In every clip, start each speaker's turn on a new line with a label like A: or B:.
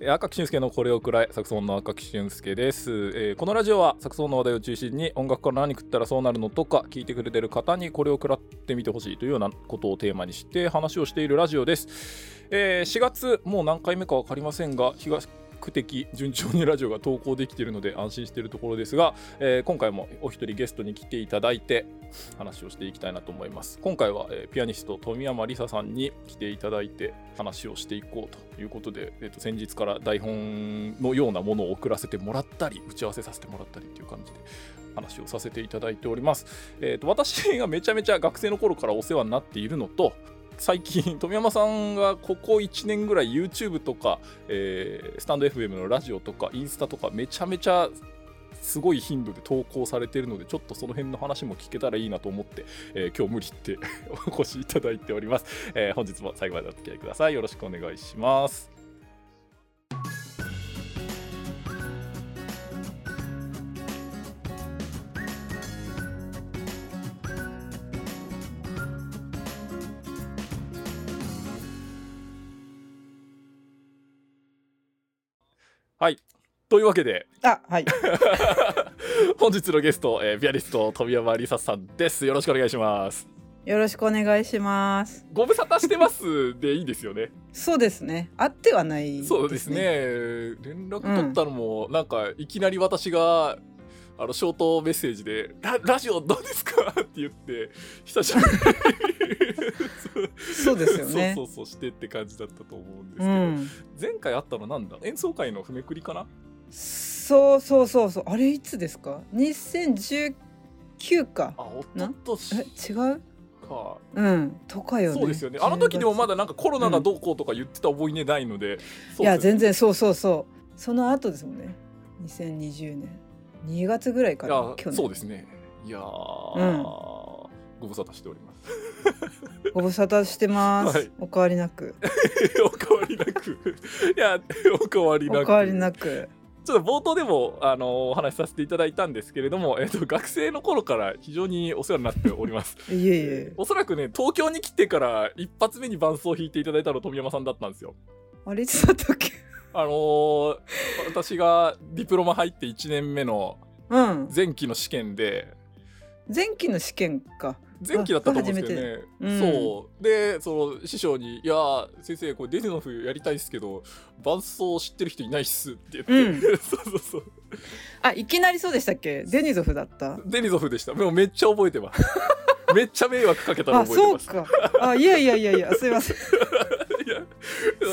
A: えー赤木俊介のこれをくらいサクソフォンの赤木俊介です、えーこのラジオはサクソフォンの話題を中心に音楽から何食ったらそうなるのとか聞いてくれてる方にこれを食らってみてほしいというようなことをテーマにして話をしているラジオです、えー4月もう何回目か分かりませんが東区的順調にラジオが投稿できているので安心しているところですが、えー今回もお一人ゲストに来ていただいて話をしていきたいなと思います今回は、えーピアニスト富山理沙さんに来ていただいて話をしていこうということで、えー、と先日から台本のようなものを送らせてもらったり打ち合わせさせてもらったりという感じで話をさせていただいております、えー、と私がめちゃめちゃ学生の頃からお世話になっているのと最近富山さんがここ1年ぐらい YouTube とか、えースタンド FM のラジオとかインスタとかめちゃめちゃすごい頻度で投稿されてるのでちょっとその辺の話も聞けたらいいなと思って、えー今日無理言って お越しいただいております、えー本日も最後までお付き合いくださいよろしくお願いしますはいというわけで
B: あ、はい。
A: 本日のゲスト、えー、ピアニスト富山理沙さんですよろしくお願いします
B: よろしくお願いします。
A: ご無沙汰してますでいいですよ ね
B: そうですね。あってはない、
A: そうですね。連絡取ったのも、なんかいきなり私があのショートメッセージで「ララジオどうですか?」 って言って久しぶり
B: そうですよね
A: そうそうそうしてって感じだったと思うんですけ
B: う
A: ど、
B: ん。
A: 前回あったのなんだ演奏会の踏めくりかな
B: そうそうそうそう。あれいつですか？2019か。
A: あおととし
B: え、違う？
A: か
B: うん。とかよね。
A: そうですよねあの時でもまだなんかコロナがどうこうとか言ってた覚えねないので、
B: いや全然そうそうそう。その後ですもんね。2020年2月ぐらいか
A: い
B: ら
A: や
B: 去年。
A: そうですねいやー、
B: うん
A: ご無沙汰しております
B: ご無沙汰してます。
A: はい
B: お変わりなく。
A: お変わりなくいやお変わりな
B: お
A: く
B: 変わりなく。
A: ちょっと冒頭でもあのお話しさせていただいたんですけれども、えっと学生の頃から非常にお世話になっております
B: いえい え。
A: おそらくね東京に来てから一発目に伴奏を弾いていただいたの富山さんだったんですよ
B: あれいつだったっけ？
A: あのー私がディプロマ入って1年目の
B: うん。
A: 前期の試験で
B: 前期の試験か。
A: 前期だったと思うんですけどね、
B: うん
A: そうでその師匠に「いやー先生これデズノフやりたいですけど伴奏知ってる人いないっす」って言って、
B: う
A: そうそうそう
B: あ、いきなりそうでしたっけデニゾフだった。
A: デニゾフでした。もうめっちゃ覚えてます。めっちゃ迷惑かけたの
B: あ、
A: 覚えて
B: そう
A: ます。
B: か。あ、いやいやいやいや、すいません。
A: いや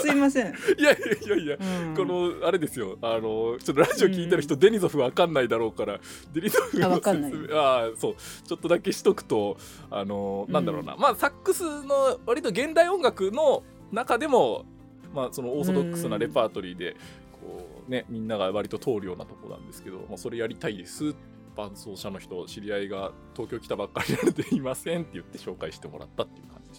B: すいません。
A: いやいやいやいや。
B: う ん、
A: このあれですよあのちょっとラジオ聞いてる人、デニゾフわかんないだろうからデニゾフ
B: あ
A: の
B: わかんない
A: 説明あーそうちょっとだけしとくとあのなんだろうな、まあサックスの割と現代音楽の中でもまあそのオーソドックスなレパートリーで、こうねみんなが割と通るようなとこなんですけど、まあ、それやりたいです伴奏者の人知り合いが東京来たばっかりなのでいませんって言って紹介してもらったっていう感じ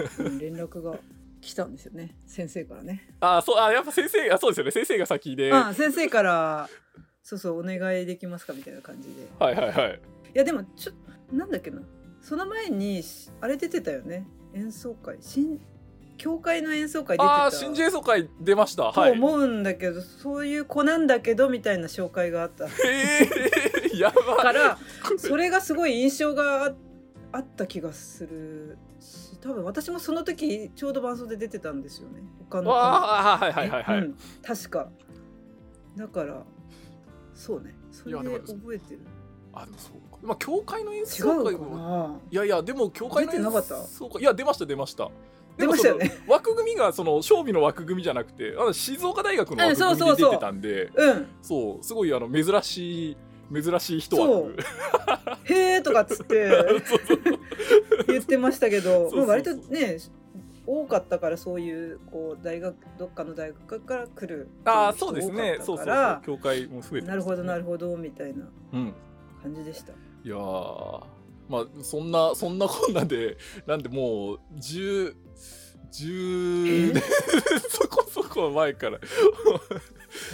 A: でした、ね、
B: うん連絡が来たんですよね。先生からね。
A: あーそうあーやっぱ先生あそうですよね先生が先で、
B: あ、先生から。そうそう、お願いできますかみたいな感じで。い
A: はいはいはい
B: や、でも、ちょ、なんだっけな。その前に、しあれ出てたよね。演奏会、新。教会の演奏会出てた。
A: ああー新演奏会出ましたは
B: と
A: い
B: 思うんだけど、そういう子なんだけどみたいな紹介があった
A: えー、や ば
B: か
A: い
B: ら。それがすごい印象がああった気がするし多分私もその時ちょうど伴奏で出てたんですよね他の
A: わあはいはいはいはい、
B: うん、確かだからそうねそ
A: い
B: れ
A: やでも
B: 覚えてる
A: あのそうかまあ教会の演
B: 違
A: 奏会
B: うか
A: も
B: ない
A: やいやでも教会の演奏
B: 出てなかった
A: そうかいや出ました出ました
B: 出ましたよね
A: でもその枠組みがその勝負の枠組みじゃなくてあの静岡大学の枠
B: うん
A: 組み
B: そう
A: で
B: そうそう
A: 出てたんで
B: うん
A: そうすごいあの珍しい珍しい人
B: そ
A: 枠
B: うへーとかっつって
A: そうそうそう
B: 言ってましたけ
A: そうそう
B: ど
A: そう
B: まあ割とね多かったからそういうこう大学どっかの大学から来る
A: ああそうですね
B: 人
A: そ
B: 多
A: うそうそ
B: かったか
A: う
B: ら
A: 教会も増えて
B: なるほどな
A: る
B: るほどみたいな
A: うん
B: 感じでした
A: いやーまあそんなそんなこんなでなんでもう10 10 そこそこ前から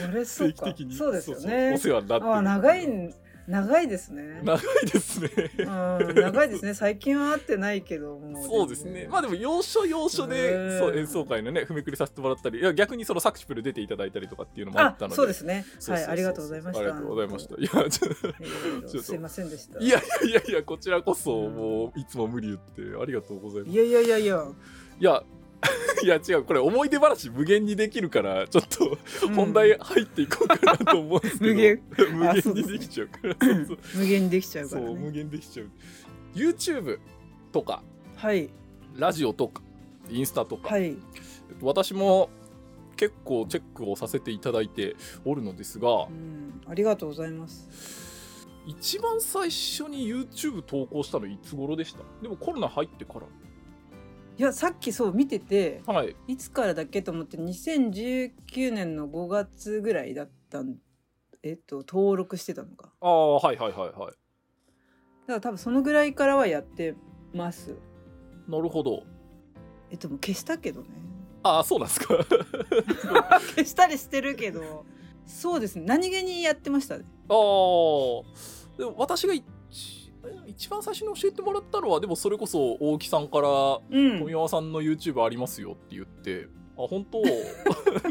B: あれそう
A: 定期
B: か
A: 的に
B: そうですよ
A: そうそう
B: ね
A: お世話になって
B: ああ長いん長いですね。
A: 長いです ね。
B: うん長いですね。最近は会ってないけども。
A: そうですね。まあでも要所要所
B: う
A: で
B: ん
A: そう演奏会のね踏みくりさせてもらったり、いや逆にそのサクチプル出ていただいたりとかっていうのもあ
B: あ
A: ったので、
B: そうですね。
A: そうそうそう
B: はい、ありがとうございました。
A: ありがとうございました。いやちょっ と
B: いろいろ
A: ちょっと
B: すいませんでした。
A: いやいやいやいやこちらこそもういつも無理言ってありがとうございます。
B: いやいやいやいや、
A: いやいや違うこれ思い出話無限にできるからちょっと
B: うん
A: 本題入っていこうかなと思うんですけど、
B: 無限
A: 無
B: あそう
A: 限
B: で
A: に
B: すね
A: できちゃうからそうそう
B: 無限にできちゃうか
A: そ
B: ら
A: う無
B: ね。
A: 限できちゃう YouTube とか
B: はい
A: ラジオとかインスタとか、
B: はい
A: えっと私も結構チェックをさせていただいておるのですが
B: うん、ありがとうございます。
A: 一番最初に YouTube 投稿したのいつ頃でしたでもコロナ入ってか
B: いや、さっきそう見てて、
A: らはい
B: いつからだっけと思って、2019年の5月ぐらいだったん。えっと、登録してたのか。
A: ああはいはいはいはい
B: だから多分そのぐらいからはやってます。
A: なるほど
B: えっと、もう消したけどね。
A: ああそうなんですか
B: 消したりしてるけど。そうですね。何気にやってましたね。
A: あーでも私が一一番最初に教えてもらったのはでもそれこそ大木さんから
B: うん。
A: 富山さんの YouTube ありますよって言って。あ本 当っ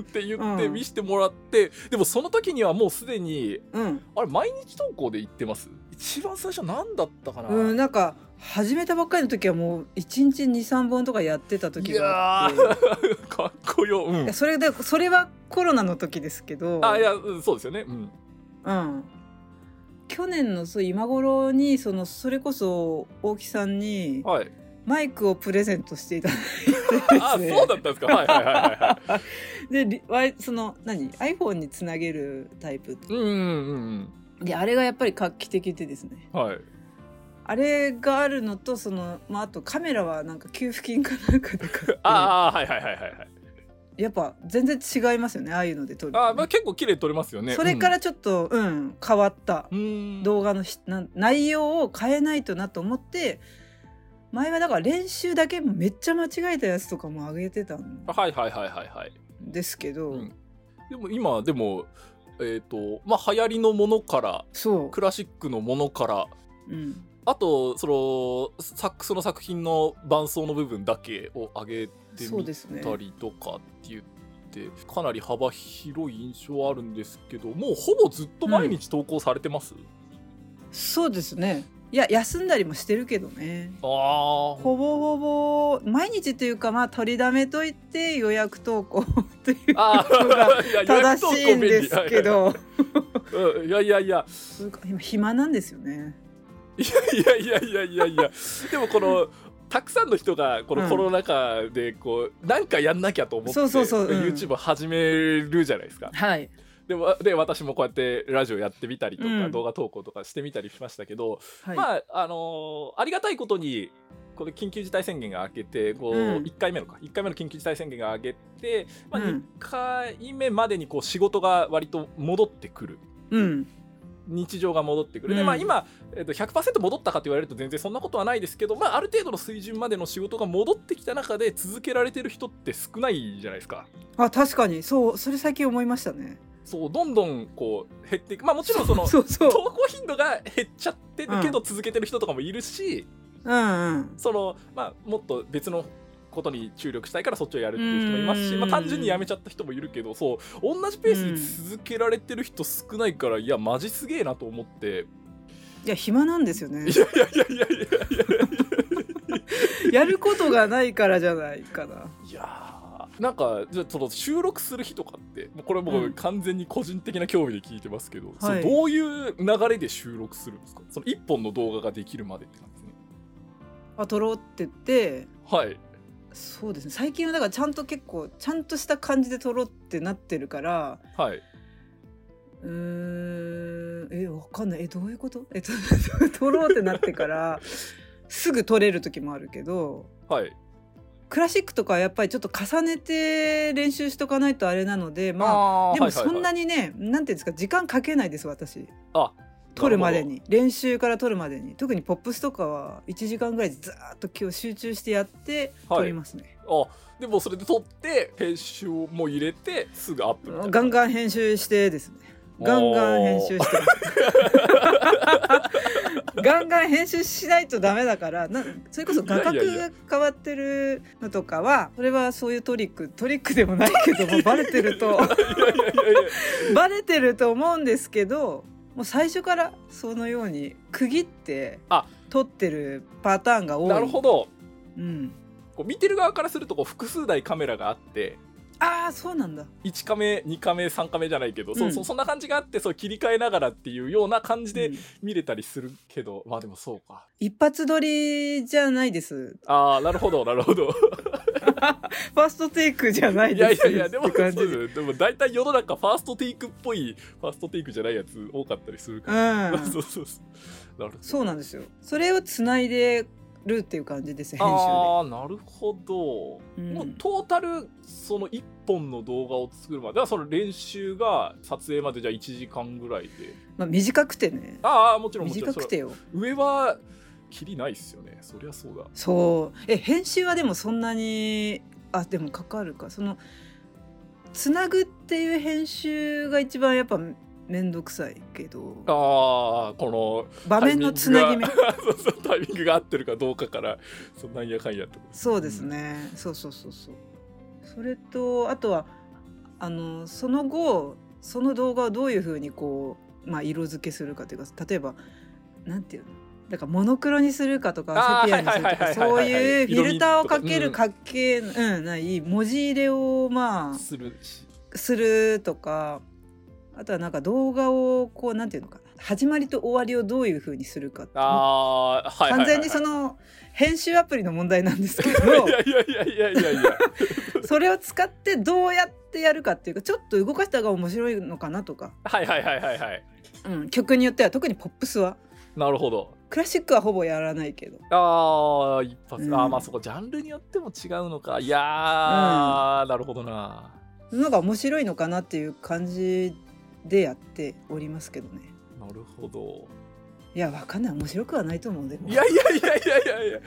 A: て言って
B: うん
A: 見せてもらって、でもその時にはもうすでに
B: うん。
A: あれ毎日投稿で言ってます一番最初何だったかな、
B: うん、なんか始めたばっかりの時はもう1日23本とかやってた時
A: い
B: が
A: や
B: あって
A: ー かっこよ、う
B: い
A: ん
B: や、それでそれはコロナの時ですけど
A: あいやうんそうですよねうん
B: うん、去年のそう今頃にそのそれこそ大木さんに
A: はい
B: マイクをプレゼントしていただい
A: あ
B: てです
A: そう
B: ね
A: だったんですかはいはいはいはいはい
B: でリわいその何 iPhone につなげるタイプ
A: うんうんうん
B: であれがやっぱり画期的でですね
A: うんはい
B: あれがあるのとその、まあ、あとカメラはなんか給付金かなんかで 買って
A: ああーはいはいはいはいはい
B: やっぱ全然違いますよねああいうので撮るとね、
A: あー、まあ、結構綺麗に撮れますよね
B: それからちょっとうん、変わった
A: うんうん
B: 動画のしなん内容を変えないとなと思って前はだから練習だけめっちゃ間違えたやつとかも上げてたん
A: はいはいはいはいはい
B: ですけど、
A: うんでも今でもえっ、とまあ流行りのものから
B: そ
A: クラシックのものから
B: う、うん、
A: あとそのサックスの作品の伴奏の部分だけを上げて
B: そう
A: み
B: ですね
A: たりとかって言って、かなり幅広い印象はあるんですけどもうほぼずっと毎日投稿されてます、
B: そうですねいや休んだりもしてるけどね
A: ああ
B: ほぼほぼ毎日というかまあ取りだめといて予約投稿という
A: あ
B: ことが
A: ーいや
B: 正しいんですけ
A: 予
B: ど
A: 約投稿 便利はいはいうんいやいやいや
B: そうか今暇なんですよね
A: いやいやいやいやいやでもこのたくさんの人がこのコロナ禍でこう、なんかやんなきゃと思って
B: そうそうそううん
A: YouTube 始めるじゃないですか。
B: はい
A: でわで私もこうやってラジオやってみたりとか、
B: うん
A: 動画投稿とかしてみたりしましたけど、
B: はい、
A: まああのーありがたいことにこの緊急事態宣言が明けてこう、
B: うん
A: 1回目のか1回目の緊急事態宣言が明けて、まあ、
B: うん
A: 2回目までにこう仕事が割と戻ってくる。
B: うん
A: 日常が戻ってくる、
B: う
A: で
B: ん
A: まあ今、えっと100%戻ったかと言われると全然そんなことはないですけど、まあ、ある程度の水準までの仕事が戻ってきた中で続けられてる人って少ないじゃないですか。
B: あ確かにそうそれ最近思いましたね
A: そうどんどんこう減っていくまあもちろんその
B: そうそう
A: 投稿頻度が減っちゃってるけど続けてる人とかもいるし、
B: うんうん
A: そのまあ、もっと別のことに注力したいからそっちをやるっていう人もいますし、
B: うん
A: まあ、単純にやめちゃった人もいるけどそう同じペースに続けられてる人少ないからいやマジすげえなと思って
B: いや暇なんですよね
A: いやいやいやいやいやいや
B: やることがないからじゃないかない
A: やーなんかじゃあその収録する日とかってもうこれも
B: う
A: うん完全に個人的な興味で聞いてますけど、
B: はい
A: そうどういう流れで収録するんですかその一本の動画ができるまでって感じね
B: あ撮ろうって言って
A: はい
B: そうですね最近はだからちゃんと結構ちゃんとした感じで撮ろうってなってるから
A: はいう
B: ーんえわかんないえどういうこと えっと撮ろうってなってからすぐ撮れる時もあるけど
A: はい
B: クラシックとかはやっぱりちょっと重ねて練習しとかないとあれなのでまあ
A: あー
B: で
A: はいは
B: も
A: い
B: そ
A: はい
B: んなにね、なんていうんですか時間かけないです私
A: あ
B: 撮るまでに練習から撮るまでに特にポップスとかは1時間ぐらいずーっと今日集中してやって
A: はい
B: 撮りますね、
A: あでもそれで撮って編集も入れてすぐアップみたいな
B: ガンガン編集してですねガンガン編集してる ガンガン編集しないとダメだからなそれこそ画
A: い
B: 角
A: やいや
B: が変わってるのとかはそれはそういうトリックトリックでもないけど もバレてる
A: い
B: と
A: やいやいや
B: バレてると思うんですけどもう最初からそのように区切って
A: あ
B: 撮ってるパターンが多い。
A: なるほど
B: うん、
A: こう見てる側からするとこう複数台カメラがあって
B: ああそうなんだ。
A: 1カメ2カメ3カメじゃないけど、そう
B: うん
A: そそんな感じがあってそう切り替えながらっていうような感じ
B: う
A: で
B: ん
A: 見れたりするけど、まあでもそうか
B: 一発撮りじゃない です。
A: ああなるほどなるほ ど
B: ファーストテイクじゃない
A: いや
B: で
A: い
B: す。
A: やいやでも
B: って
A: そう
B: 感じで
A: ですでも大体世の中ファーストテイクっぽいファーストテイクじゃないやつ多かったりするから、
B: うん
A: そうそうそうなるほど
B: そうなんですよ。それをつないでるっていう感じです編集
A: ああーなるほど、
B: うん
A: もうトータルその1本の動画を作るまでだからその練習が撮影までじゃあ1時間ぐらいで
B: で。まあ短くてね。
A: ああもちろんもちろん
B: 短くてよ。
A: それ上はキリないっすよねそりゃそうだ
B: そう。え編集はでもそんなにあでもかかるかそのつなぐっていう編集が一番やっぱめんどくさいけど
A: ああこの
B: 場面のつなぎ目
A: タイミングが そうそうタイミングが合ってるかどうかからそんなんやかんやってこと
B: そうですね、そうそうそうそうそれとあとはあのその後その動画をどういうふうにこう、まあ、色付けするかというか例えばなんていうのだからモノクロにするかと
A: あー
B: かセピアにすると
A: はいはいは
B: か
A: い
B: そう
A: はいはい
B: いうフィルターをかけ
A: 色味
B: る
A: とか
B: かけ、うんない文字入れをまあ
A: するし
B: するとかあとはなんか動画をこうなんていうのかな始まりと終わりをどういうふうにするかって
A: ああはいはい
B: 完
A: はいはい
B: 全にその編集アプリの問題なんですけど。
A: いやいやいやいやいやいや
B: それを使ってどうやってやるかっていうかちょっと動かした方が面白いのかなとか、
A: はいはいはいはいはい
B: うん、曲によっては特にポップスは
A: なるほど
B: クラシックはほぼやらないけど
A: ああ一発、
B: うん
A: あーまあそこジャンルによっても違うのかいやー、なるほどな
B: その方が面白いのかなっていう感じでやっておりますけどね
A: なるほど
B: いやわかんない面白くはないと思うでも
A: い やいやいやいやいやいや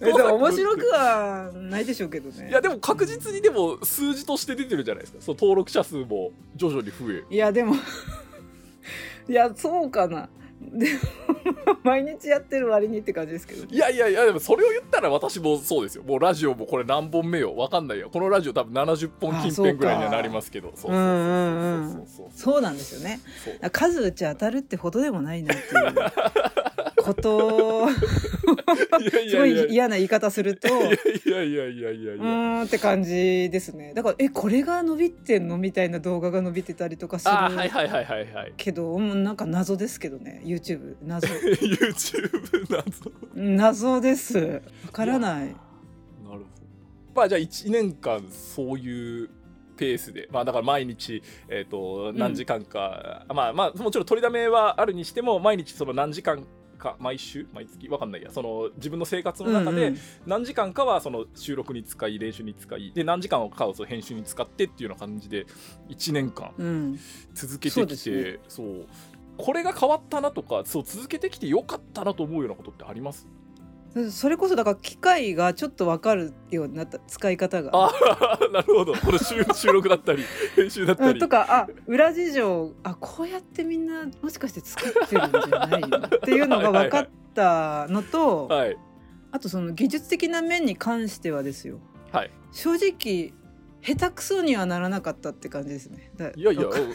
B: えでも面白くはないでしょうけどね
A: いやでも確実にでも数字として出てるじゃないですかその登録者数も徐々に増え
B: いやでもいやそうかなでも 毎日やってる割にって感じですけど
A: いやいやいやでもそれを言ったら私もそうですよもうラジオもこれ何本目よわかんないよこのラジオ多分70本近辺ぐらいにはなりますけどそうそう
B: うか
A: そうそうそう
B: そうなんですよね
A: そうそう
B: 数打ち当たるってほどでもないなっていうことを
A: いやい
B: す
A: や
B: ご
A: いやい
B: い
A: や
B: 嫌な言い方するとう
A: いやいやいやいやいや
B: ーんって感じですねだからえこれが伸びてんのみたいな動画が伸びてたりとかする
A: あーはいはいはいはいはい
B: けどうんなんか謎ですけどね YouTube 謎
A: YouTube 謎
B: 謎ですわからな
A: やな
B: い
A: るほどまあじゃあ1年間そういうペースでまあだから毎日えっ、と
B: ん
A: 何時間か、まあまあもちろん取りだめはあるにしても毎日その何時間か毎週毎月わかんないやその自分の生活の中
B: う
A: で
B: ん
A: 何時間かはその収録に使い練習に使いで何時間かをその編集に使ってっていうような感じで1年間
B: うんうん
A: 続けてきて
B: そ
A: そうう,、
B: ですね
A: これが変わったなとかそう続けてきてよかったなと思うようなことってあります
B: それこそだから機械がちょっとわかるようになった使い方が
A: ああなるほどこの収収録だった り編集だった
B: うん、
A: り
B: とかあ裏事情あこうやってみんなもしかして作ってるんじゃないのっていうのが分かったのと
A: はい
B: あとその技術的な面に関してはですよ、
A: はい
B: 正直下手くそにはならなかったって感じですね。だ
A: いやいや
B: わかる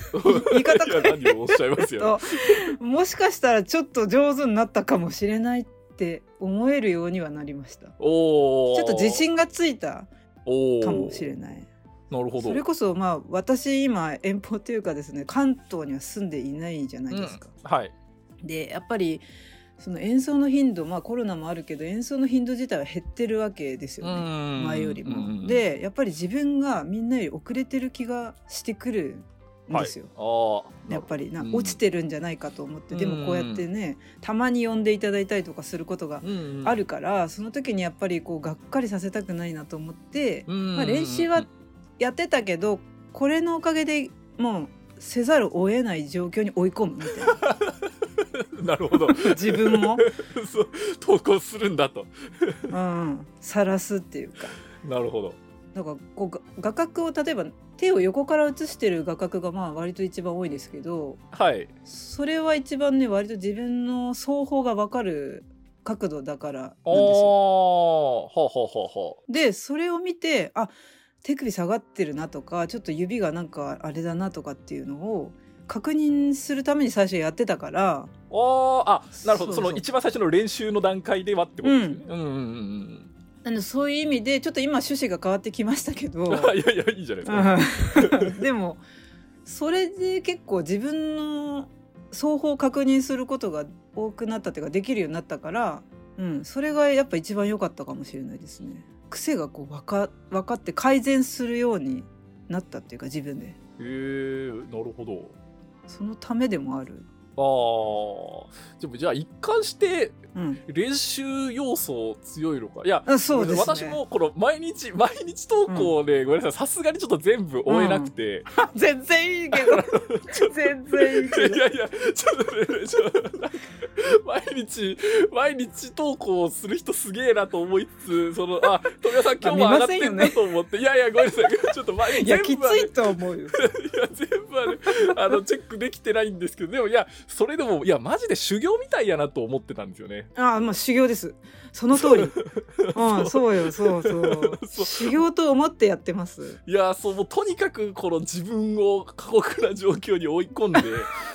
A: 言
B: い方変え
A: 何をおっしゃいますよ、
B: と もしかしたらちょっと上手になったかもしれないって思えるようにはなりました。ち
A: おお
B: ょっと自信がついたか
A: か
B: もしれない。
A: なるほど
B: それこそまあ私今遠方というかですね関東には住んでいないじゃないですか。
A: はい
B: でやっぱりその演奏の頻度まあコロナもあるけど演奏の頻度自体は減ってるわけですよね、前
A: 前
B: よりも。でやっぱり自分がみんなより遅れてる気がしてくるんですよ。
A: はい、ああ
B: やっぱりな
A: うん
B: 落ちてるんじゃないかと思って、でもこうやってねたまに呼んでいただいたりとかすることが
A: り、うんうん
B: あるから、その時にやっぱりこうがっかりさせたくないなと思って、
A: うんうんうん
B: まあ、練習はやってたけどこれのおかげでもうせざるを得ない状況に追い込むみたい な
A: なるほど
B: 自分も
A: そう投稿するんだと
B: うん、晒すっていうか
A: なるほど
B: なんかこうが画角を例えば手を横から写してる画角がまあ割と一番多いですけど
A: はい
B: それは一番ね割と自分の双方が分かる角度だからなんです
A: ああ
B: よ。
A: ほうほうほうほ
B: でそれを見てあ手首下がってるなとかちょっと指がなんかあれだなとかっていうのを確認するために最初やってたから
A: うおーあなるほどそ
B: そ
A: う
B: そう
A: の一番最初の練習の段階ではってことですね、うん、うんうん
B: あのそういう意味でちょっと今趣旨が変わってきましたけど。
A: うん いやいやいいじゃないですか、
B: うん でもそれで結構自分の双方確認することが多くなったっていうかできるようになったから、うん、それがやっぱ一番良かったかもしれないですね。癖がこう分か分かって改善するようになったっていうか自分で
A: へえなるほど
B: そのためでもある。
A: ああでもじゃあ一貫して
B: うん、
A: 練習要素強いのかいや
B: あそうですね。
A: 私もこの毎日毎日投稿で、ごめんなさいさすがにちょっと全部終えなくて、
B: 全然いいけど 全然いい
A: いや
B: け
A: い
B: ど。
A: やいやちょっとねちょっとなんか毎日毎日投稿する人すげえなと思いつつそのあ富山さん今日も上がってんなと思ってい,、やいやごめんなさいちょっと毎
B: いや
A: 日
B: き
A: 全
B: つ
A: 部あ
B: い
A: る
B: とは思うよ。
A: いや全部あるあのチェックできてないんですけどでもいやそれでもいやマジで修行みたいやなと思ってたんですよね
B: ああ、まあ修行です。その 通り。うん、そうよ、そうそう。
A: そう
B: 修行と思ってやってます。
A: いやーそうもうとにかくこの自分を過酷な状況に追い込んで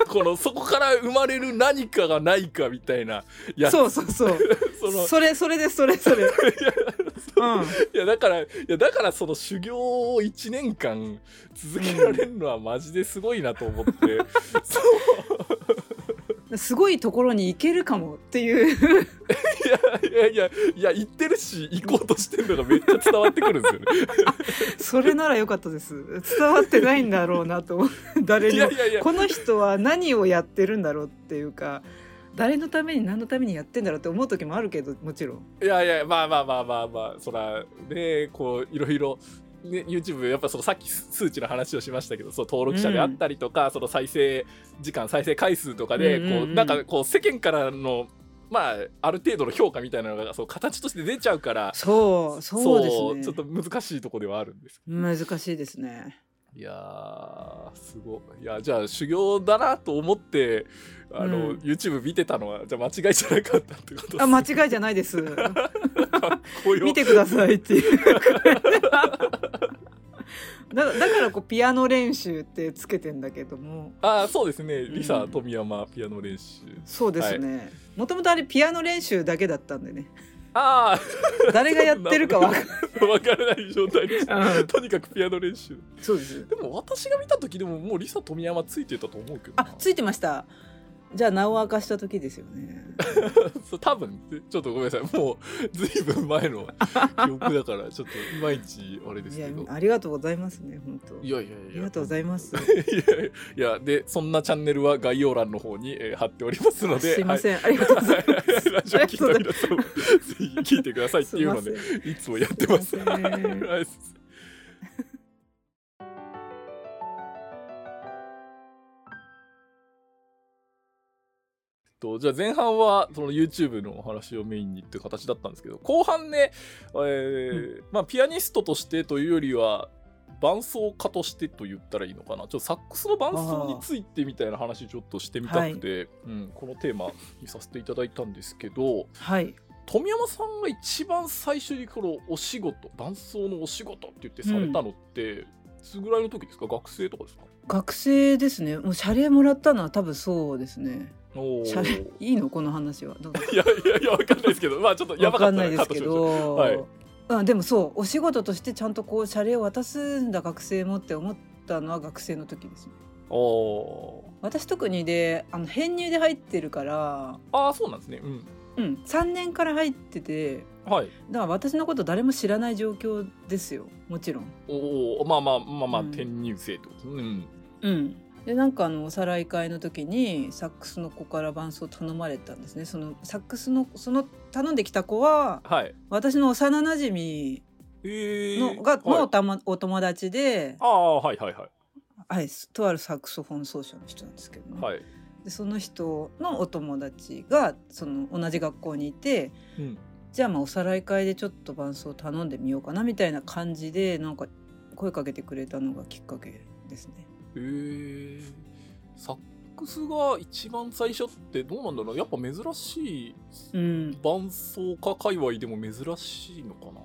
A: このそこから生まれる何かがないかみたいないや
B: そうそうそう。
A: その
B: それそれです、そ れそれ。うん、
A: いやだからいやだからその修行を1年間続けられるのはマジですごいなと思って、そう
B: すごいところに行けるかもっていう。
A: いやいやいや言ってるし行こうとしてるのがめっちゃ伝わってくるんですよね。
B: それなら良かったです。伝わってないんだろう なと。誰
A: い
B: に
A: や
B: も
A: い。やいや
B: この人は何をやってるんだろうっていうか。誰のために何のためにやってんだろうって思う時もあるけどもちろん
A: いやいやまあまあまあまあまあそらねこういろいろ。ね、YouTube やっぱそのさっき数値の話をしましたけどそう登録者であったりとか、その再生時間再生回数とかで、
B: うんうんうん
A: こうなんかこう世間からのまあある程度の評価みたいなのがそう形として出ちゃうから
B: そうそう
A: そう
B: です
A: ちょっ
B: ね
A: と難しいとこではあるんです
B: 難しいですね
A: いやーすごいいやじゃあ修行だなと思ってあの、
B: うん
A: YouTube 見てたのはじゃあ間違いじゃなかったってことです
B: あ間違いじゃないです。
A: こういう
B: 見てくださいっていう。 だだからこうピアノ練習ってつけてんだけども
A: あそうですねリサ、
B: うん
A: 富山ピアノ練習
B: そうですねもともとあれピアノ練習だけだったんでね
A: あ
B: 誰がやってるかわかん
A: あわから ない状態でした
B: うん
A: とにかくピアノ練習
B: そうです
A: でも私が見た時でももうリサ富山ついてたと思うけど
B: あ
A: な
B: ついてましたじゃあ名を明かした時ですよね
A: そう多分ちょっとごめんなさいもうずいぶん前の記憶だからちょっといまいちあれです
B: い
A: け
B: や
A: ど
B: ありがとうございますね本当
A: い
B: あ
A: やいやいや
B: りがとうございます
A: いやいやでそんなチャンネルは概要欄の方に、えー貼っておりますのです
B: いま
A: ん
B: せんありがとうございます
A: ラジオ聞いた皆さんもぜひ聞いてくださいっていうので
B: ません
A: いつもやってます。
B: すいません
A: はい とじゃあ前半はその YouTube のお話をメインにっていう形だったんですけど後半ね、えーまあ、ピアニストとしてというよりは伴奏家としてと言ったらいいのかなちょっとサックスの伴奏についてみたいな話ちょっとしてみたくて、うん、このテーマにさせていただいたんですけど、
B: はい
A: 富山さんが一番最初にこのお仕事伴奏のお仕事って言ってされたのって、いつぐらいの時ですか学生とかですか
B: 学生ですねもう謝礼もらったのは多分そうですね
A: おー
B: 謝礼いいのこの話はなんか
A: いやいやいやわかんないですけどまあちょっとや
B: わ
A: ばか
B: か
A: っ
B: ん
A: た
B: な
A: ら
B: いで
A: カット
B: すけ
A: しましょう
B: ど、
A: はい
B: うん、でもそうお仕事としてちゃんとこう謝礼を渡すんだ学生もって思ったのは学生の時ですね
A: おー
B: 私特にであの編入で入ってるから、
A: ああそうなんですねうん
B: うん、3年から入ってて
A: はい
B: だから私のこと誰も知らない状況ですよもちろん。
A: おおまあまあまあまあ、
B: うん
A: 転入生ってことですねうん
B: うんでなんかあのおさらい会の時にサックスの子から伴奏頼まれたんですねそのサックスのその頼んできた子は
A: はい
B: 私の幼なじみ
A: えー、
B: のがの
A: は
B: お
A: い、
B: た、ま、お友達で
A: ああはいはいは
B: はい、とあるサクソフォン奏者の人なんですけど、
A: い
B: ね
A: はい、
B: でその人のお友達がその同じ学校にいて
A: うん、
B: じゃあまあおさらい会でちょっと伴奏頼んでみようかなみたいな感じでなんか声かけてくれたのがきっかけですね。
A: へえサックスが一番最初ってどうなんだろうやっぱ珍しい
B: うん、
A: 伴奏家界隈でも珍しいのかな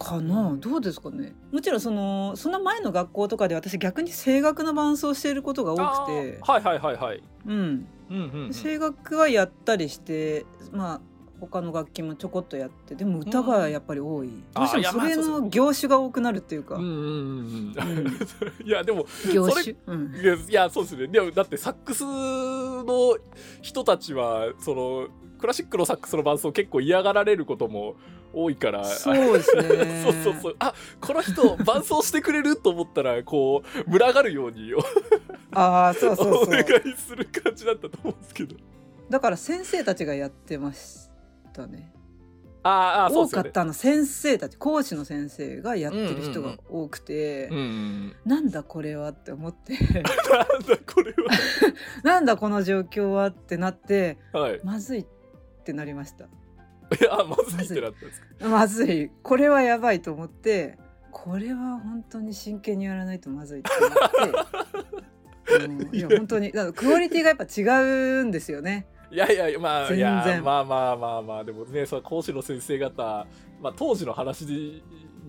B: かなどうですかねもちろんそのその前の学校とかで私逆に声楽の伴奏していることが多くて、
A: あーはいはいはいはい
B: うん、
A: うんうん、うん、
B: 声楽はやったりしてまあ他の楽器もちょこっとやってでも歌がやっぱり多い、
A: あー
B: どうしてもそ
A: いや
B: れ
A: まあそうそ
B: の業種が多くなるっていうか、
A: うんうんうん
B: うん
A: うんいやでも
B: 業
A: そ
B: 種、うん、
A: いやいやそうですねでもだってサックスの人たちはそのクラシックのサックスの伴奏結構嫌がられることも多いから
B: そうです ね
A: そうそうそうあこの人伴奏してくれると思ったらこう群がるようにお
B: ああそうそう
A: お
B: そ
A: 願
B: う
A: いする感じだったと思うんですけど
B: だから先生たちがやってましたね
A: あーあーそう
B: 多
A: です
B: か
A: よ
B: っ
A: ね
B: たの先生たち講師の先生がやってる人が多くて、
A: うんうん
B: なんだこれはって思って
A: なんだこれ
B: なんだこの状況はってなって
A: ははい
B: まずいってなりました
A: いやまずいってなったんですか
B: まずいこれはやばいと思ってこれは本当に真剣にやらないとまずいって思ってうんいや本当にだからクオリティがやっぱ違うんですよね。
A: いやいやいやまあ
B: 全然
A: いやまあまあまあまあでもねその講師の先生方、まあ、当時の話に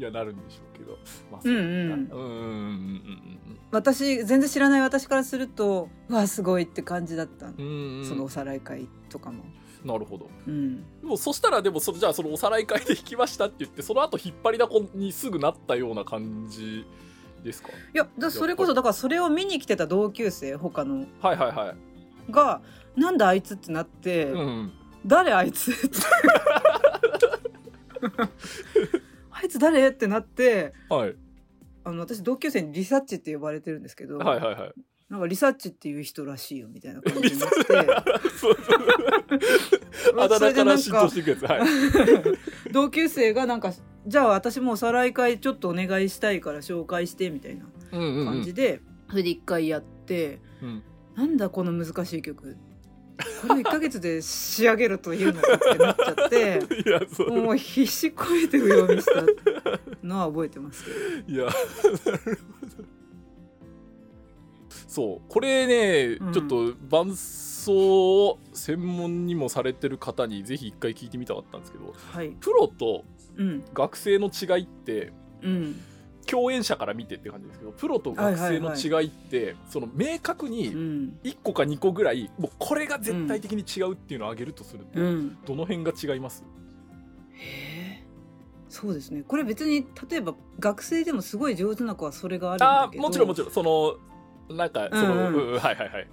A: はなるんでしょうけど、まあ、
B: うんうん
A: そかうんうん
B: 私全然知らない私からするとうわすごいって感じだった、
A: うんうんうんうん
B: そのおさらい会とかも。
A: なるほど
B: うん、
A: でもそしたらでもそのじゃあそのおさらい会で弾きましたって言ってその後引っ張りだこにすぐなったような感じですか
B: いやだそれこそだからそれを見に来てた同級生他の
A: はいはいはい
B: が「なんだあいつ」ってなって「
A: うんうん
B: 誰あいつ」ってあいつ誰ってなって
A: はい
B: あの私同級生にリサッチって呼ばれてるんですけど、
A: はいはい はい
B: なんかリサッチっていう人らしいよみたいな感じにな って
A: そうそうあだ名から浸透していくやつはい
B: 同級生がなんか「じゃあ私もおさらい会ちょっとお願いしたいから紹介して」みたいな
A: うんうんう
B: 感
A: ん
B: じで、それで一回やって
A: うん
B: 「なんだこの難しい曲これを1ヶ月で仕上げるというのか」ってなっちゃ って。
A: いやそう
B: もう必死こいてうようにしたのは覚えてますけど。
A: いや、なる ほど。そう、これね、
B: うん
A: ちょっと伴奏を専門にもされてる方にぜひ一回聞いてみたかったんですけど、
B: はい。
A: プロと
B: うん。
A: 学生の違いって、
B: うん。
A: 共演者から見てって感じですけど、プロと学生の違いって、その明確
B: う
A: に
B: ん。
A: 1個か2個ぐらい、もうこれが絶対的に違うっていうのを挙げるとすると、
B: うん。
A: どの辺が違います
B: へえそうですねこれ別に例えば学生でもすごい上手な子はそれがあるん
A: あ
B: だけ
A: ー
B: ど
A: もちろんもちろん、その、なんか、その、
B: うんうん
A: うんはいはいはい。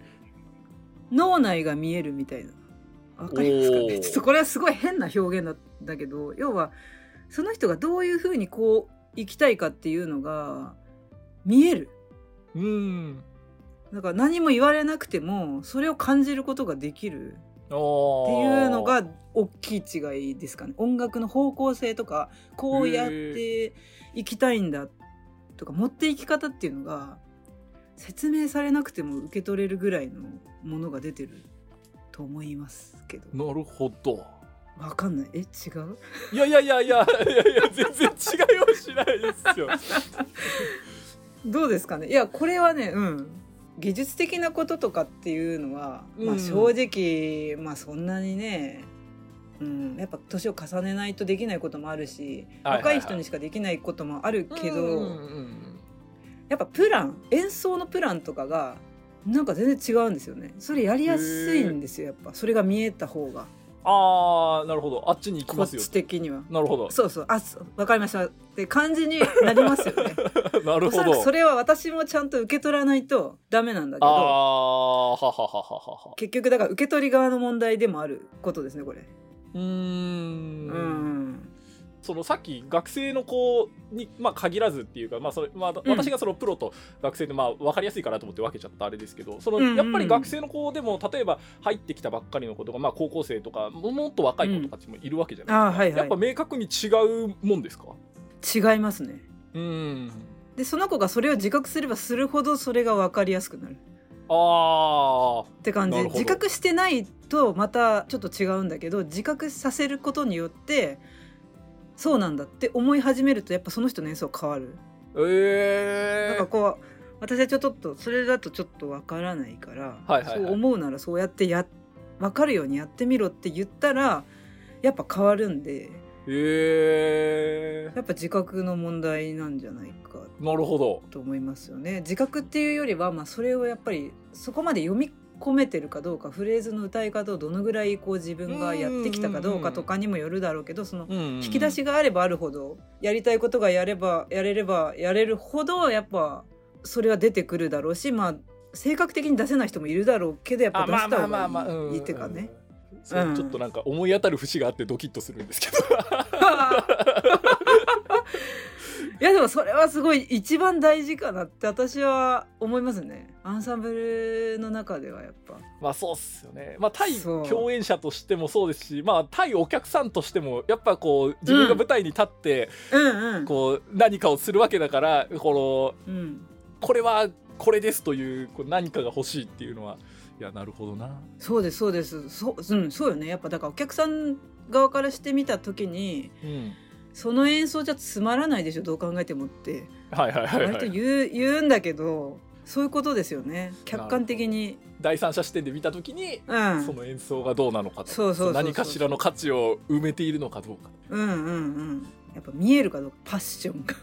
B: 脳内が見えるみたいなわかりますか
A: お
B: ね
A: ー
B: ちょっとこれはすごい変な表現だだけど要はその人がどういうふうにこう生きたいかっていうのが見える
A: うん。
B: だから何も言われなくてもそれを感じることができるって
A: って
B: いうのが大きい違いですかね音楽の方向性とかこうやっていきたいんだとか持っていき方っていうのが説明されなくても受け取れるぐらいのものが出てると思いますけど
A: なるほど。
B: わかんないえ違う
A: いやいやいやいやいやいや全然違いはしないです よ。
B: どうですかねいやこれはねうん技術的なこととかっていうのは、
A: う
B: まあ、
A: ん
B: 正直、まあそんなにね、うん、やっぱ年を重ねないとできないこともあるし
A: はいはいは
B: 若
A: い
B: い人にしかできないこともあるけど、
A: うんうんうん
B: やっぱプラン演奏のプランとかがなんか全然違うんですよねそれやりやすいんですよやっぱそれが見えた方が
A: ああなるほどあっちに行き
B: こ
A: ま
B: っ
A: すよ。
B: ち的には
A: なるほど。
B: そうそうあそうわかりましたって感じになりますよね
A: なるほ
B: おそらく
A: ど。
B: それは私もちゃんと受け取らないとダメなんだけ
A: あ
B: ど
A: あはははははは。
B: 結局だから受け取り側の問題でもあることですねこれ
A: うー
B: うんん
A: そのさっき学生の子に、まあ、限らずっていうか、まあそれまあ、
B: うん
A: 私がそのプロと学生で、まあ、分かりやすいかなと思って分けちゃったあれですけどその、
B: うんうん
A: やっぱり学生の子でも例えば入ってきたばっかりの子とか、まあ、高校生とかももっと若い子とかたちもいるわけじゃないですか、
B: うんあーはいはい
A: やっぱ明確に違うもんですか
B: 違いますね
A: うん
B: でその子がそれを自覚すればするほどそれが分かりやすくなる
A: ああ
B: って感じ
A: な
B: で
A: るほど
B: 自覚してないとまたちょっと違うんだけど自覚させることによってそうなんだって思い始めるとやっぱその人の演奏変わる、なん
A: え
B: かこう私はちょっとそれだとちょっとわからないから、
A: はいはいはい
B: そう思うならそうやってや分かるようにやってみろって言ったらやっぱ変わるんで
A: ええ
B: やっぱ自覚の問題なんじゃないか
A: ー、なるほど
B: と思いますよね。自覚っていうよりは、まあ、それをやっぱりそこまで読み込めてるかどうかフレーズの歌い方をどのぐらいこう自分がやってきたかどうかとかにもよるだろうけどその
A: 引
B: 引き出しがあればあるほどやりたいことがやればやれればやれるほどやっぱそれは出てくるだろうしまあ性格的に出せない人もいるだろうけどやっぱ出した方がいいいいっていうかね。。
A: そう
B: うん
A: ちょっとなんか思い当たる節があってドキッとするんですけど。
B: いやでもそれはすごい一番大事かなって私は思いますねアンサンブルの中ではやっぱ
A: まあそうっすよね。まあ対
B: そう
A: 共演者としてもそうですし、まあ対お客さんとしてもやっぱこう自分が舞台に立って
B: うんうん
A: こう何かをするわけだから、この
B: うん、
A: これはこれですというこう何かが欲しいっていうのは。いやなるほどな。
B: そうですそうですそう,、うん、そうよねやっぱだからお客さん側からしてみた時に
A: うん。
B: その演奏じゃつまらないでしょどう考えてもって
A: はいはいはい、
B: 割
A: は
B: と
A: い。
B: 言う,、言うんだけどそういうことですよね客観的に
A: 第三者視点で見たときに、
B: うん
A: その演奏がどうなのかと
B: そうそうそうそう
A: 何かしらの価値を埋めているのかどうか。
B: うんうんうんやっぱ見えるかどうかパッションが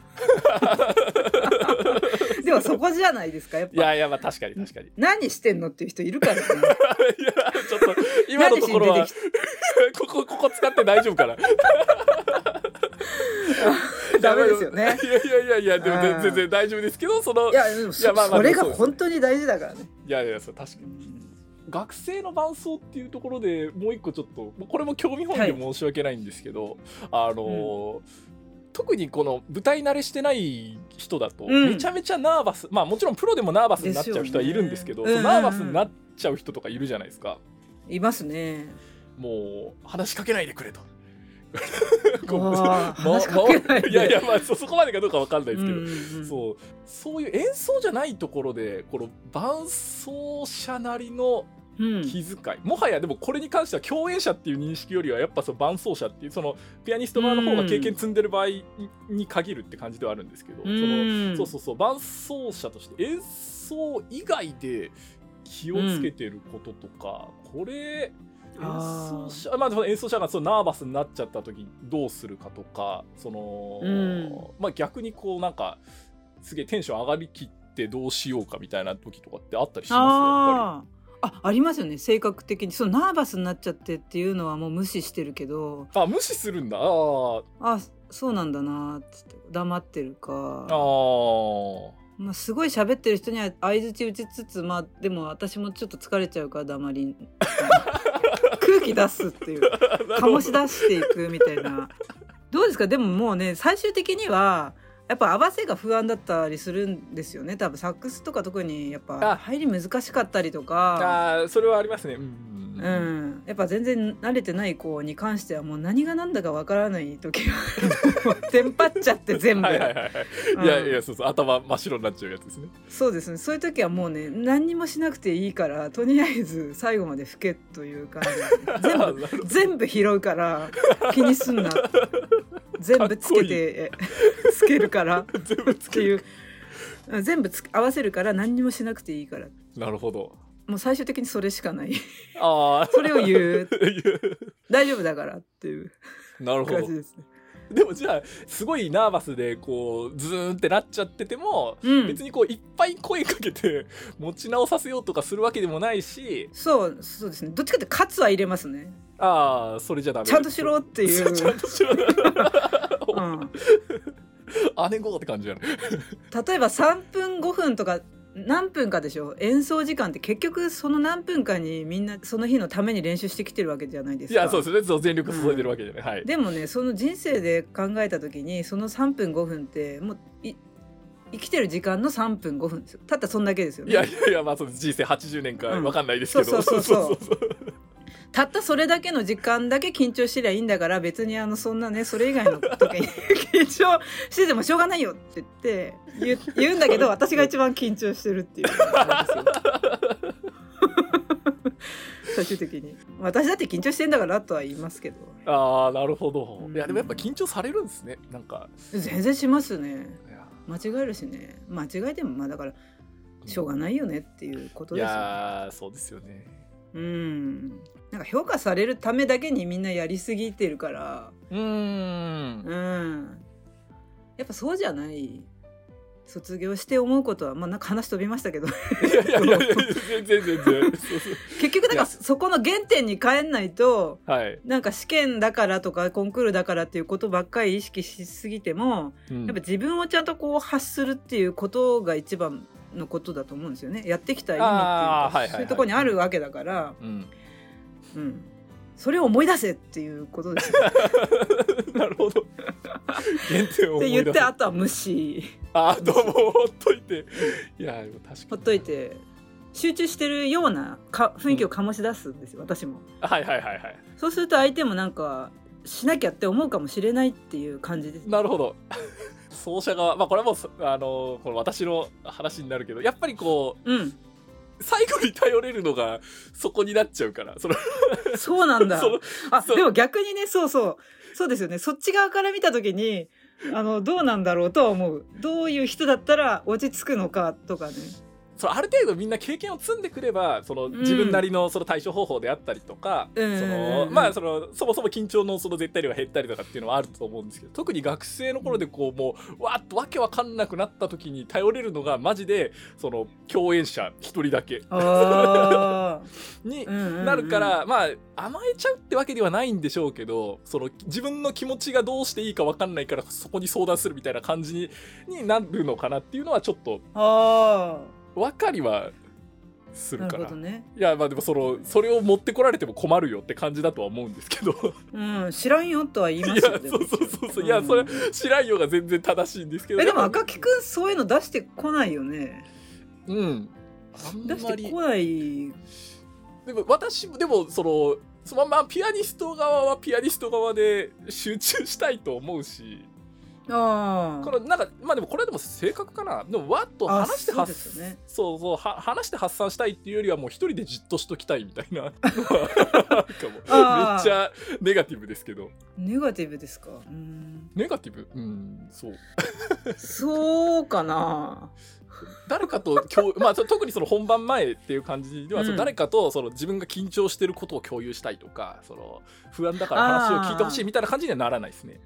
B: でもそこじゃないですかやっ
A: い
B: ぱ
A: やいやまあ確かに確かに。
B: 何してんのっていう人いるからね
A: いやちょっと 今のところは
B: 何し
A: ここここ使って大丈夫かな
B: ダメですよ
A: い
B: ね
A: やいやいやいやでも
B: うん
A: 全全然大丈夫ですけどその
B: いやでもそ
A: いやまあまあ
B: それが
A: そうですね
B: 本当に大事だからね
A: いやいやそう確かに学生の伴奏っていうところでもう一個ちょっとこれも興味本位で申し訳ないんですけど、あのー特にこの舞台慣れしてない人だと
B: うん
A: めちゃめちゃナーバス、まあもちろんプロでもナーバスになっちゃう人はいるんですけど
B: ですよね
A: そのナーバスになっちゃう人とかいるじゃないですか。
B: いますね
A: もう話しかけないでくれと。
B: う
A: ごめん
B: わー
A: ま
B: 話しかけな
A: ま
B: いで
A: いやいや、まあ、そそこまでかどうかわかんないですけど、
B: うんうんうん
A: そうそういう演奏じゃないところでこの伴奏者なりの
B: うん
A: 気遣い、もはやでもこれに関しては共演者っていう認識よりはやっぱその伴奏者っていうそのピアニスト側の方が経験積んでる場合にに限るって感じではあるんですけど、その
B: うん
A: そうそうそう伴奏者として演奏以外で気をつけてることとか、これ演
B: あー
A: 奏者まあでも演奏者がそのナーバスになっちゃった時どうするかとかその、
B: うん
A: まあ逆にこうなんかすげえテンション上がりきってどうしようかみたいな時とかってあったりしますやっぱ
B: あーあありますよね性格的にそのナーバスになっちゃってっていうのはもう無視してるけど
A: りあ無視するんだあー
B: あそうなんだなーっつって黙ってるか
A: あー
B: まあ、すごい喋ってる人には相づち打ちつつまあでも私もちょっと疲れちゃうから黙り空気出すっていう 醸し出していくみたいなどうですかでももうね最終的にはやっぱ合わせが不安だったりするんですよね多分サックスとか特にやっ
A: あ
B: ぱ入り難しかったりとか。
A: あーそれはありますねうんうん
B: う
A: うん
B: ん、やっぱ全然慣れてない子に関してはもう何が何だかわからない時 がテンパっちゃって全部
A: はいはいはいはい、いやいやそうそう頭真っ白になっちゃうやつですね
B: そうですねそういう時はもうね何にもしなくていいからとりあえず最後まで吹けという 感じ全部
A: 部
B: 全部拾うから気にすんな全部つけてつけるからっ
A: 全部つ
B: て
A: け
B: いう全部つ合わせるから何にもしなくていいから
A: なるほど
B: もう最終的にそれしかない
A: ああ
B: それを言う
A: 言
B: 大丈夫だからっていう
A: う なるほ
B: 感じ
A: ど
B: ですね。
A: でもじゃあすごいナーバスでこうズーンってなっちゃってても、
B: うん
A: 別、にこういっぱい声かけて 持ち直させようとかするわけでもないし
B: そうそうですねどっちかっていうと喝は入れますね
A: ああそれじゃダメ
B: ちゃんとしろって
A: て
B: いう、
A: ちゃんとしろ
B: うん、
A: 姉子って感じやね
B: 例えば3分5分とか何分かでしょ演奏時間って結局その何分かにみんなその日のために練習してきてるわけじゃないで
A: い
B: すか。
A: やそうですねそう全力注いでるわけじゃない、はい
B: でもねその人生で考えた時にその3分5分ってもうい生きてる時間の3分5分ですよたったそんだけですよ
A: いや
B: ね
A: いやいやまあそうです人生80年か
B: うん
A: わかんないですけど、
B: そうそうそうそう
A: そう
B: たったそれだけの時間だけ緊張してりゃいいんだから別にあのそんなねそれ以外の時に 緊張しててもしょうがないよって言って言う言うんだけど私が一番緊張してるっていうのがあるんですよ最終的に私だって緊張してんだからとは言いますけど
A: ああなるほど、
B: うん
A: いやでもやっぱ緊張されるんですねなんか
B: 全然しますね
A: いや
B: 間違えるしね間違えてもまあだからしょうがないよねっていうこと
A: い
B: ですよ
A: やーそうですよね
B: うんなんか評価されるためだけにみんなやりすぎてるから
A: うーん
B: うんやっぱそうじゃない卒業して思うことはまあなんか話飛びましたけど
A: いやいやいやいや全然全然そうそう
B: 結局だ
A: いや
B: からそこの原点に帰んないと
A: はい、
B: なんか試験だからとかコンクールだからっていうことばっかり意識しすぎても
A: うん
B: やっぱ自分をちゃんとこう発するっていうことが一番のことだと思うんですよねやってきた意味っていう
A: あー
B: か
A: はいはいはい
B: そういうところにあるわけだから、
A: うん、
B: うん、それを思い出せっていうことですよね
A: なるほど原点を
B: っ
A: 思
B: て
A: い
B: 言
A: 出
B: って
A: す
B: あとは無視
A: あどうもほっといていやでも確かに
B: ほっといて集中してるようなか雰囲気を醸し出すんですよ私も。
A: はいはいはいはい
B: そうすると相手もなんかしなきゃって思うかもしれないっていう感じです。
A: なるほど 奏者側まあこれはもうそあのこの私の話になるけどやっぱりこ
B: うん、
A: う最後に頼れるのがそこになっちゃうからその
B: そうなんだ
A: そ。の
B: あ
A: そう
B: でも逆にねそうそうそうですよねそっち側から見た時にあのどうなんだろうとは思うどういう人だったら落ち着くのかとかね
A: そのある程度みんな経験を積んでくればその
B: ん
A: 自分なりのその対処方法であったりとか、
B: うん
A: そ
B: うん
A: の
B: うん
A: まあそのそもそも緊張のその絶対量が減ったりとかっていうのはあると思うんですけど特に学生の頃でこうもうわーっとわけわかんなくなった時に頼れるのがマジでその共演者一人だけ
B: あ
A: に
B: ー、 うんうんうん
A: なるから、まあ甘えちゃうってわけではないんでしょうけどその自分の気持ちがどうしていいかわかんないからそこに相談するみたいな感じにになるのかなっていうのはちょっと
B: あ
A: 分かりはす
B: ー
A: る
B: な
A: か
B: るほ
A: ら
B: ど。ね
A: いやまあでもそのそれを持ってこられても困るよって感じだとは思うんですけど
B: うん知らんよとは言い
A: い
B: ま
A: や
B: すよ
A: そう
B: で
A: そ
B: も
A: うそうそういやそれ
B: うん
A: 知らんよが全然正しいんですけど
B: えでも
A: やっぱ
B: 赤木くんそういうの出してこないよね
A: うんあん
B: 出
A: ま
B: して
A: り
B: こない
A: でも私もでもそのそのままピアニスト側はピアニスト側で集中したいと思うし
B: あ
A: これなんかまあでもこれはでも性格かなでもわっと
B: あ
A: 話して
B: そう
A: 発
B: ですよね
A: そうそうは話して発散したいっていうよりはもう一人でじっとしときたいみたいな なんかもうめっ
B: あー
A: ちゃネガティブですけど
B: あネガティブですか うん
A: ネガティブうんそう
B: そうかな
A: 誰かと共 まあと特にその本番前っていう感じでは、
B: うん
A: その誰かとその自分が緊張してることを共有したいとかその不安だから話を聞いてほしいみたいな感じにはならないですね。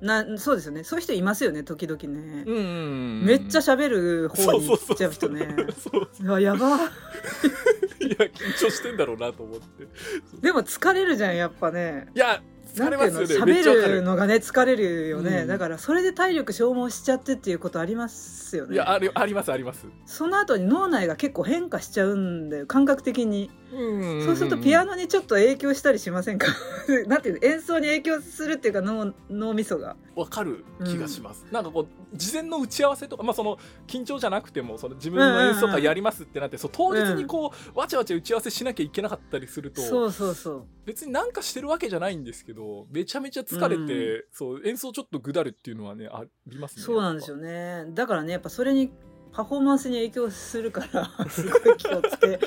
B: なそうですよねそういう人いますよね時々ね、
A: うんうんうんうん
B: めっちゃ喋る
A: そ
B: 方
A: う
B: に
A: そ
B: 行
A: うそう
B: っちゃう人ね
A: そう
B: うわやば
A: いや緊張してんだろうなと思って。
B: でも疲れるじゃんやっぱね
A: いや
B: な
A: 疲
B: ん
A: れ
B: て
A: ま
B: い
A: すよね
B: うの
A: めっちゃわか
B: 喋る
A: る。
B: のがね疲れるよね、
A: うん
B: だからそれで体力消耗しちゃってっていうことありますよ
A: い
B: ね
A: やあるありますあります。
B: その後に脳内が結構変化しちゃうんだよ感覚的に、
A: そ
B: そうするとピアノにちょっと影響したりしませんか なんていうの演奏に影響するっていうか脳脳みそが
A: わかる気がします、なんかこう事前の打ち合わせとか、まあ、その緊張じゃなくてもその自分の演奏会やりますってなって、そう当日にこう、わちゃわちゃ打ち合わせしなきゃいけなかったりすると
B: そうそうそう
A: 別になんかしてるわけじゃないんですけどめちゃめちゃ疲れて、そう演奏ちょっとぐだるっていうのはねありますね
B: そうなんですよ
A: ね
B: ねだからねやっぱそれにパフォーマンスに影響するから すごい気をつけ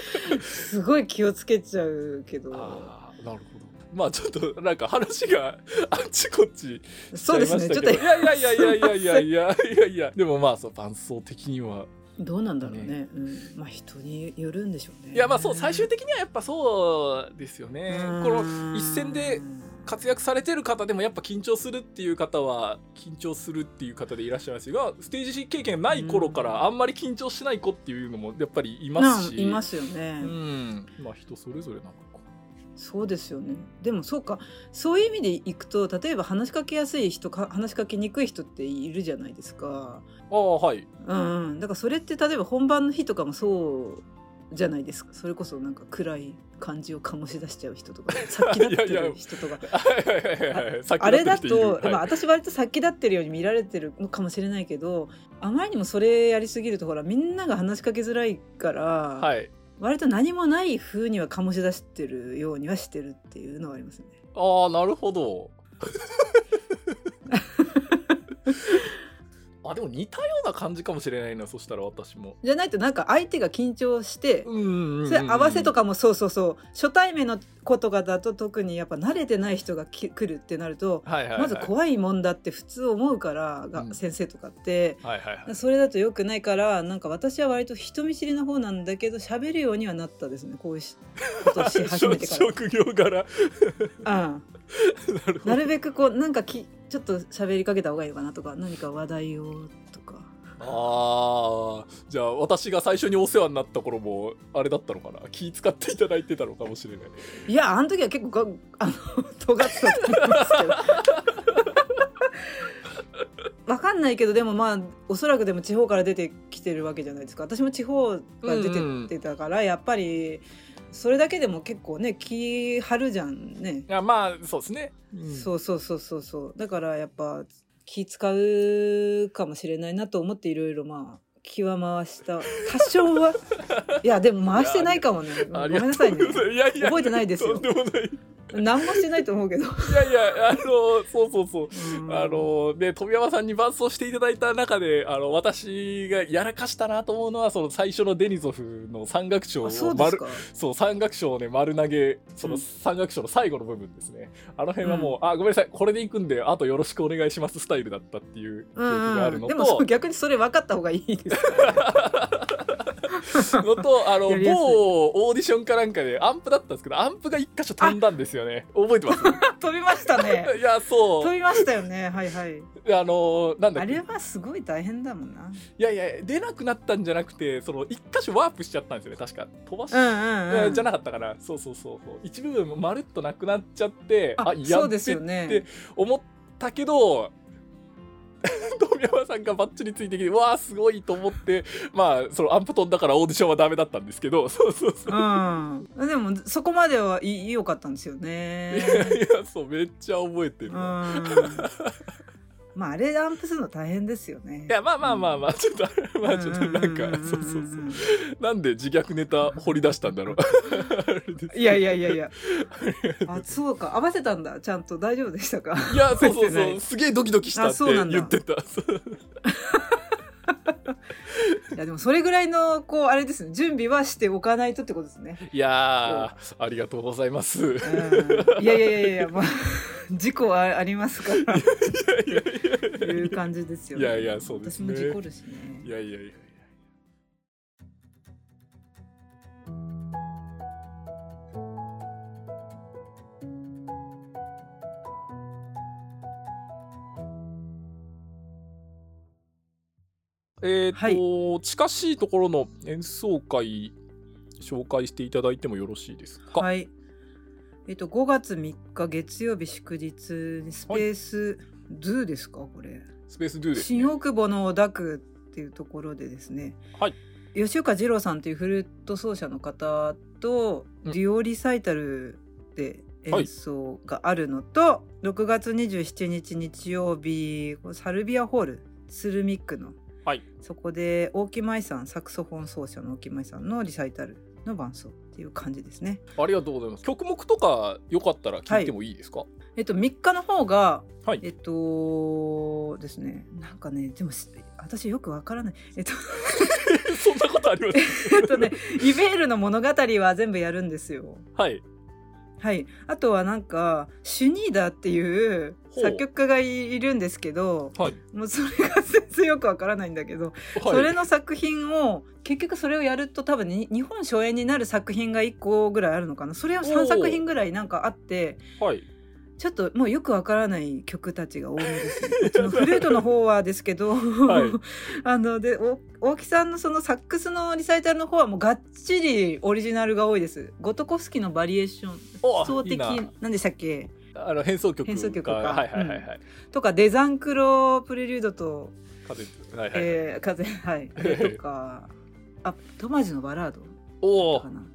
B: すごい気をつけちゃうけど
A: ああなるほどまあちょっとなんか話があっちこっち
B: そうですね
A: し
B: ちょっ
A: ゃいましたけど
B: と
A: いやいやいやいやいやいやいやいやいやでもまあそう伴奏的には
B: どうなんだろうねうん、まあ人によるんでしょうね
A: いやまあそう最終的にはやっぱそうですよね
B: うん
A: この一戦で活躍されてる方でもやっぱ緊張するっていう方は緊張するっていう方でいらっしゃいますがステージ経験ない頃からあんまり緊張しない子っていうのもやっぱりいます
B: う
A: し、
B: んいますよね、
A: うんまあ人それぞれなのか
B: そうですよねでもそうかそういう意味でいくと例えば話しかけやすい人か話しかけにくい人っているじゃないですか
A: ああはい
B: うんうん、だからそれって例えば本番の日とかもそうじゃないですかそれこそなんか暗い感じを醸し出しちゃう人とか 殺気立ってる人とか
A: はいはい はい はい
B: あれだと、
A: はい
B: まあ、私割と殺気立ってるように見られてるのかもしれないけどあまりにもそれやりすぎるとほらみんなが話しかけづらいから、
A: はい
B: 割と何もない風には醸し出してるようにはしてるっていうのはありますね。
A: ああなるほど あでも似たような感じかもしれないなそしたら私も
B: じゃないとなんか相手が緊張して、
A: うん
B: それ合わせと
A: か
B: かもそうそうそう初対面の子とかだと特にやっぱ慣れてない人がき来るってなると、
A: はいはい、はい、
B: まず怖いもんだって普通思うからが、
A: うん
B: 先生とかって。
A: はいはいはい
B: それだと良くないからなんか私は割と人見知りの方なんだけど喋るようにはなったですねこういうしことし始めて か
A: 職業柄
B: ら、う ん、
A: なるほ
B: な
A: ど
B: るべくこうなんかきちょっと喋りかけた方がいいのかなとか何か話題をとか
A: あーじゃあ私が最初にお世話になった頃もあれだったのかな気使っていただいてたのかもしれない
B: いやあの時は結構があの尖ってたと思いますけど。わかんないけどで もまあおそらくでも地方から出てきてるわけじゃないですか私も地方から出てってたから、やっぱりそれだけでも結構ね気張るじゃんね、
A: いやまあそうですね、うん
B: そうそうそうそうそうだからやっぱ気使うかもしれないなと思っていろいろまあ気は回した多少 はいやでも回してないかもね
A: あ
B: ご
A: り
B: め
A: が
B: ん
A: とう
B: なさいね
A: ございやいや
B: 覚えてないです
A: と
B: よ
A: んでもない
B: 何もしてないと思うけど
A: いやいや、あの、そうそうそう。
B: うん
A: あの、ね、富山さんに伴走していただいた中で、あの、私がやらかしたなと思うのは、その最初のデニゾフの山岳賞を
B: あそうです
A: 丸、
B: か
A: そう、山岳賞をね、丸投げ、その
B: うん
A: 山岳賞の最後の部分ですね。あの辺はもう、あ、ごめんなさい、これで行くんで、あとよろしくお願いしますスタイルだったっていう記憶があ
B: う
A: る
B: ん、
A: の
B: で
A: と、
B: もそう逆にそれ分かった方がいいです
A: のと、あの、
B: やりやすい
A: 某オーディションかなんかで、アンプだったんですけど、アンプが一箇所飛んだんですよね。覚えてます
B: 飛びましたね
A: いや、そ。
B: 飛びましたよねはいはいう
A: あの、なんだ
B: あ
A: っけ
B: れ。はすごい大変だもんない
A: やいや出なくなったんじゃなくてその一箇所ワープしちゃったんですよね確か飛ばし、
B: うんうん、
A: え
B: う
A: ー
B: ん、
A: じゃ
B: な
A: なかったかなそうそうそうそう一部分もまるっとなくなっちゃって
B: あ
A: や
B: そう
A: っべ
B: ですよ
A: って
B: ね
A: 思ったけど 富山さんがバッチリついてきてわあすごいと思ってまあそのアンプ飛んだからオーディションはダメだったんですけど そうそうそう
B: う、ん、でもそこまではい良かったんですよね
A: い やいやそうめっちゃ覚えて
B: う
A: る
B: ん
A: わ、
B: まああれアンプするの大変ですよね
A: いやまあまあまあまあちょっとあ れまあちょっとなんか
B: うんうんうんうん
A: そうそうそうなんで自虐ネタ掘り出したんだろう あれです
B: いやいやいやいやあそうか合わせたんだちゃんと大丈夫でしたか
A: い や、そうそう
B: 覚えて
A: そ
B: な
A: う、
B: い
A: すげえドキドキした
B: あ
A: って
B: そうなんだ
A: 言って た。そう
B: いやでもそれぐらいのこうあれですね準備はしておかないとってことですね、
A: いやー、ありがとうございます。い
B: うん、いやいやいやいやまあ事故はありますからいう感じですよね
A: いやいやそうですね
B: 私も事故るしね
A: やいやいや。えーと近しいところの演奏会紹介していただいてもよろしいですか、
B: はい。えっと5月3日月曜日祝日にスペースズーですかこれ。
A: スペースドゥです、
B: 新大久保のダクっていうところでですね。
A: はい
B: 吉岡二郎さんというフルート奏者の方と
A: うん
B: デュオリサイタルで
A: はい
B: 演奏があるのと、6月27日日曜日このサルビアホールスルミックの、
A: はい
B: そこで大木舞さんサクソフォン奏者の大木舞さんのリサイタルの伴奏っていう感じですね。
A: ありがとうございます曲目とかよかったら聞いてもいいですか、
B: えっと、3日の方が、
A: はい
B: えっとですねなんかねでもし私よくわからないえっと
A: そんなことあります
B: えっとねイベールの物語は全部やるんですよ。
A: はい
B: はい、あとはなんかシュニーダーっていう
A: ほう
B: 作曲家がいいるんですけど
A: はい
B: もうそれが全然よくわからないんだけど、それ
A: はい
B: の作品を結局それをやると多分に日本初演になる作品が1個ぐらいあるのかなそれを3作品ぐらいなんかあって。
A: はい
B: ちょっともうよくわからない曲たちが多めです ね。うちのフルートの方はですけど、
A: い
B: あのでお大木さんのそのサックスのリサイタルの方はもうがっちりオリジナルが多いです。ゴトコフスキのバリエーション、
A: お
B: 思想的
A: いいな
B: なんでしたっけ
A: あの変奏曲
B: 変奏曲か
A: がはいはいはいはい、
B: とかデザンクロプレリュードと、
A: 風はいはい、
B: えー風 はいあれとかあトマジのバラー
A: お
B: ド
A: お
B: かな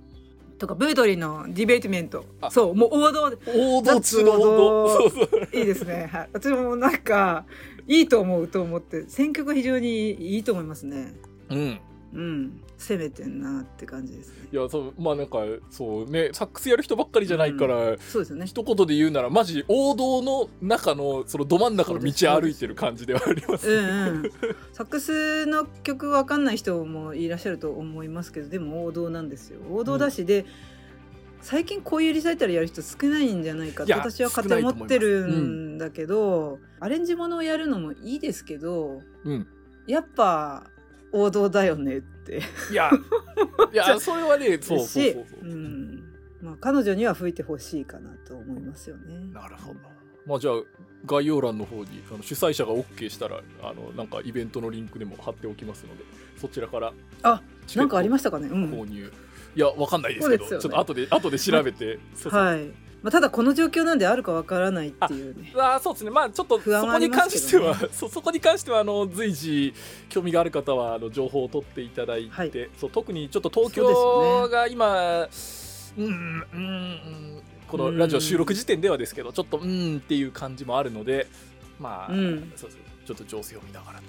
B: とかブードリーのディベートメント
A: あ
B: そうもう王道で
A: 王道中の王道そうそう
B: いいですね。はい。私もなんか、いいと思うと思って、選曲が非常にいいと思いますね。
A: うん
B: うん攻めてんなって感じですね
A: いやそうまあなんかそうねサックスやる人ばっかりじゃないから、
B: そうですよね
A: 一言で言うならマジ王道の中のそのど真ん中の道歩いてる感じではあります
B: うんうん、サックスの曲わかんない人もいらっしゃると思いますけどでも王道なんですよ王道だし、で最近こういうリサイタルやる人少ないんじゃないかっ
A: い
B: て
A: や
B: 私は勝手に思って
A: 少
B: る
A: ないと思います
B: んだけど、アレンジものをやるのもいいですけど
A: うん
B: やっぱ王道だよねって
A: いやいやそれはねそう
B: だ
A: そう
B: し
A: そうそう、
B: うんまあ、彼女には吹いてほしいかなと思いますよね。
A: なるほどまあじゃあ概要欄の方にあの主催者が OK したらあのなんかイベントのリンクでも貼っておきますのでそちらから
B: あなんかありま
A: し
B: したかね、う
A: た
B: ん
A: 購入いやわかんないですけど
B: そうです
A: ちょ
B: よ
A: っ
B: ね
A: と後で後で調べて、そうそう
B: はいまあ、ただこの状況なんであるかわからないっていうね。
A: あーそうですねまあちょっとそ
B: 不安は
A: こ
B: あ
A: に
B: り
A: 関
B: ま
A: し
B: す
A: て
B: けど
A: は
B: ね
A: そうそこに関してはあの随時興味がある方はあの情報を取っていただいて、
B: はい
A: そう特にちょっと東
B: そ
A: 京
B: うですよね
A: が今う,、んうんうんこのラジオ収録時点ではですけどちょっとうんっていう感じもあるのでまあ、
B: うん
A: そうそうちょっと情勢を見ながらと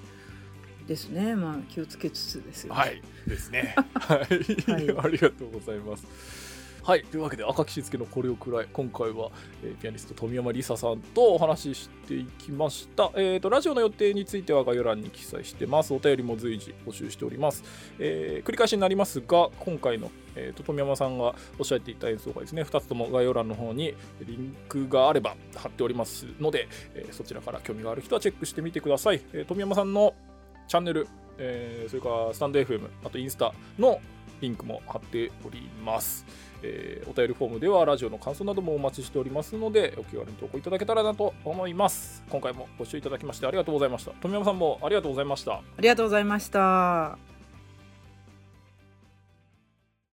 B: ですねまあ気をつけつつですよ、ね、
A: はいですねはい、
B: はい
A: ありがとうございますはいというわけで赤木しつけのこれをくらい今回はえーピアニスト富山理沙さんとお話ししていきました。えーとラジオの予定については概要欄に記載してます。お便りも随時募集しております。えー繰り返しになりますが、今回の、えーと富山さんがおっしゃっていた演奏会ですね、2つとも概要欄の方にリンクがあれば貼っておりますので、えーそちらから興味がある人はチェックしてみてください。えー富山さんのチャンネル、えーそれからスタンド FM、あとインスタのリンクも貼っております。えーお便りフォームではラジオの感想などもお待ちしておりますのでお気軽に投稿いただけたらなと思います今回もご視聴いただきましてありがとうございました富山さんもありがとうございました
B: ありがとうございました。